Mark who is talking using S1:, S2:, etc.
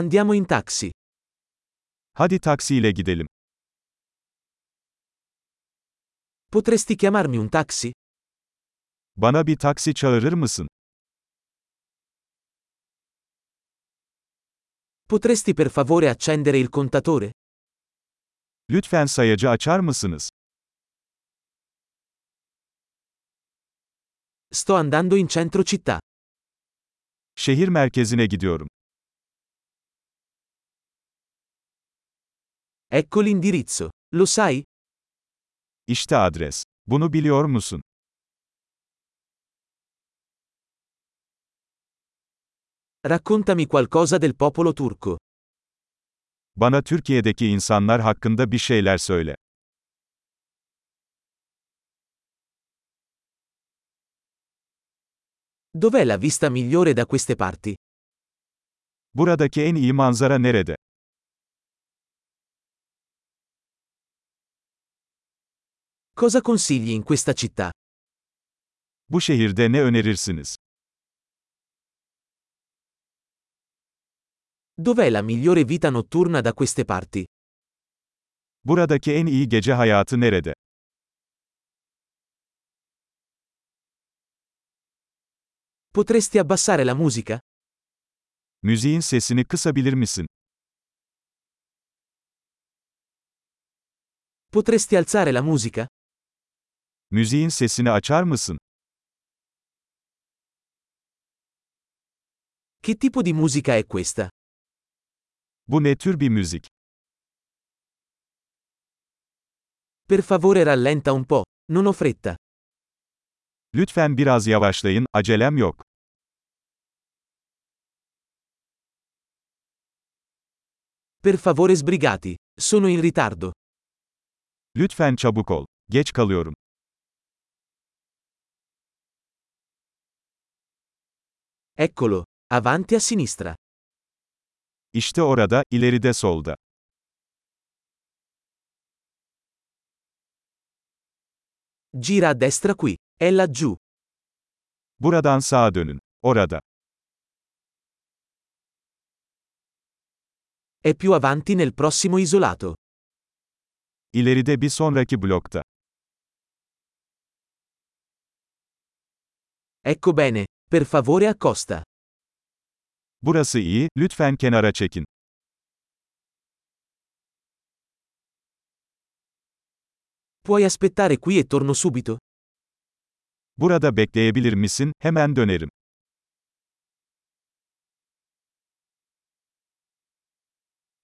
S1: Andiamo in taxi.
S2: Hadi taksiyle gidelim.
S1: Potresti chiamarmi un taxi?
S2: Bana bir taksi çağırır mısın?
S1: Potresti per favore accendere il contatore?
S2: Lütfen sayacı açar mısınız?
S1: Sto andando in centro città.
S2: Şehir merkezine gidiyorum.
S1: Ecco l'indirizzo. Lo sai?
S2: İşte adres. Bunu biliyor musun?
S1: Raccontami qualcosa del popolo turco.
S2: Bana Türkiye'deki insanlar hakkında bir şeyler söyle.
S1: Dov'è la vista migliore da queste parti?
S2: Buradaki en iyi manzara nerede?
S1: Cosa consigli in questa città?
S2: Bu şehirde ne önerirsiniz?
S1: Dov'è la migliore vita notturna da queste parti?
S2: Buradaki en iyi gece hayatı nerede?
S1: Potresti abbassare la musica?
S2: Müziğin sesini kısabilir misin?
S1: Potresti alzare la musica?
S2: Müziğin sesini açar mısın?
S1: Che tipo di musica è questa?
S2: Bu ne tür bir müzik?
S1: Per favore rallenta un po', non ho fretta.
S2: Lütfen biraz yavaşlayın, acelem yok.
S1: Per favore sbrigati, sono in ritardo.
S2: Lütfen çabuk ol. Geç kalıyorum.
S1: Eccolo, avanti a sinistra.
S2: İşte orada, ileride solda.
S1: Gira a destra qui, è laggiù.
S2: Buradan sağa dönün. Orada.
S1: È più avanti nel prossimo isolato.
S2: İleride bir sonraki blokta.
S1: Ecco bene, per favore accosta.
S2: Burası iyi, lütfen kenara çekin.
S1: Puoi aspettare qui e torno subito?
S2: Burada bekleyebilir misin? Hemen dönerim.